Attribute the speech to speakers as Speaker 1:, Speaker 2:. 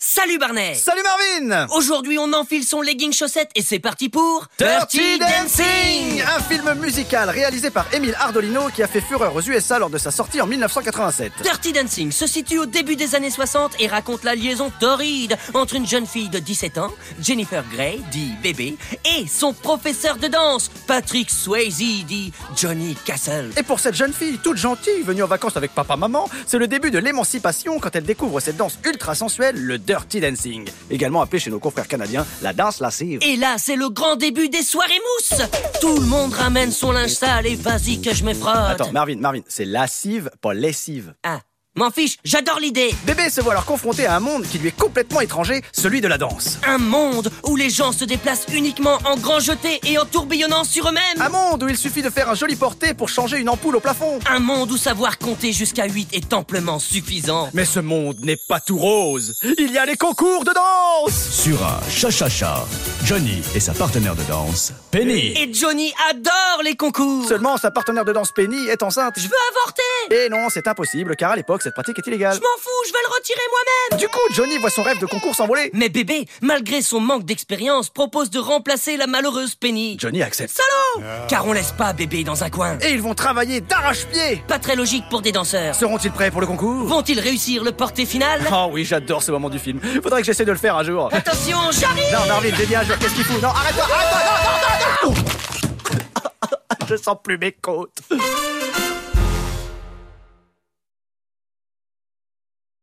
Speaker 1: Salut Barnet
Speaker 2: Salut Marvin
Speaker 1: Aujourd'hui, on enfile son legging chaussette et c'est parti pour...
Speaker 2: Un film musical réalisé par Émile Ardolino qui a fait fureur aux USA lors de sa sortie en 1987.
Speaker 1: Dirty Dancing se situe au début des années 60 et raconte la liaison torride entre une jeune fille de 17 ans, Jennifer Grey, dit bébé, et son professeur de danse, Patrick Swayze, dit Johnny Castle.
Speaker 2: Et pour cette jeune fille, toute gentille, venue en vacances avec papa-maman, c'est le début de l'émancipation quand elle découvre cette danse ultra sensuelle, le Dirty Dancing. Également appelée chez nos confrères canadiens la danse lascive.
Speaker 1: Et là, c'est le grand début des soirées mousse Tout le monde ramène son linge sale et vas-y que je me frotte
Speaker 2: Attends, Marvin, Marvin, c'est lascive, pas lessive.
Speaker 1: Ah, m'en fiche, j'adore l'idée
Speaker 2: Bébé se voit alors confronté à un monde qui lui est complètement étranger, celui de la danse.
Speaker 1: Un monde où les gens se déplacent uniquement en grand jeté et en tourbillonnant sur eux-mêmes
Speaker 2: Un monde où il suffit de faire un joli porté pour changer une ampoule au plafond.
Speaker 1: Un monde où savoir compter jusqu'à 8 est amplement suffisant.
Speaker 2: Mais ce monde n'est pas tout rose. Il y a les concours de danse.
Speaker 3: Sur un cha-cha-cha, Johnny et sa partenaire de danse, Penny.
Speaker 1: Et Johnny adore les concours.
Speaker 2: Seulement, sa partenaire de danse Penny est enceinte.
Speaker 1: Je veux avorter.
Speaker 2: Et non, c'est impossible, car à l'époque, cette pratique est illégale.
Speaker 1: Je m'en fous, je vais le retirer moi-même.
Speaker 2: Du coup, Johnny voit son rêve de concours s'envoler.
Speaker 1: Mais bébé, malgré son manque d'expérience, propose de remplacer la malheureuse Penny.
Speaker 2: Johnny accepte.
Speaker 1: Salaud Car on laisse pas bébé dans un coin.
Speaker 2: Et ils vont travailler d'arrache-pied.
Speaker 1: Pas très logique pour des danseurs.
Speaker 2: Seront-ils prêts pour le concours
Speaker 1: Vont-ils réussir le porté final
Speaker 2: Oh oui, j'adore ce moment du film. Faudrait que j'essaie de le faire un jour.
Speaker 1: Attention, j'arrive
Speaker 2: Non, Marvin, j'ai dit un jour, qu'est-ce qu'il fout Non, arrête-toi, arrête-toi, non, non, non, non Je sens plus mes côtes.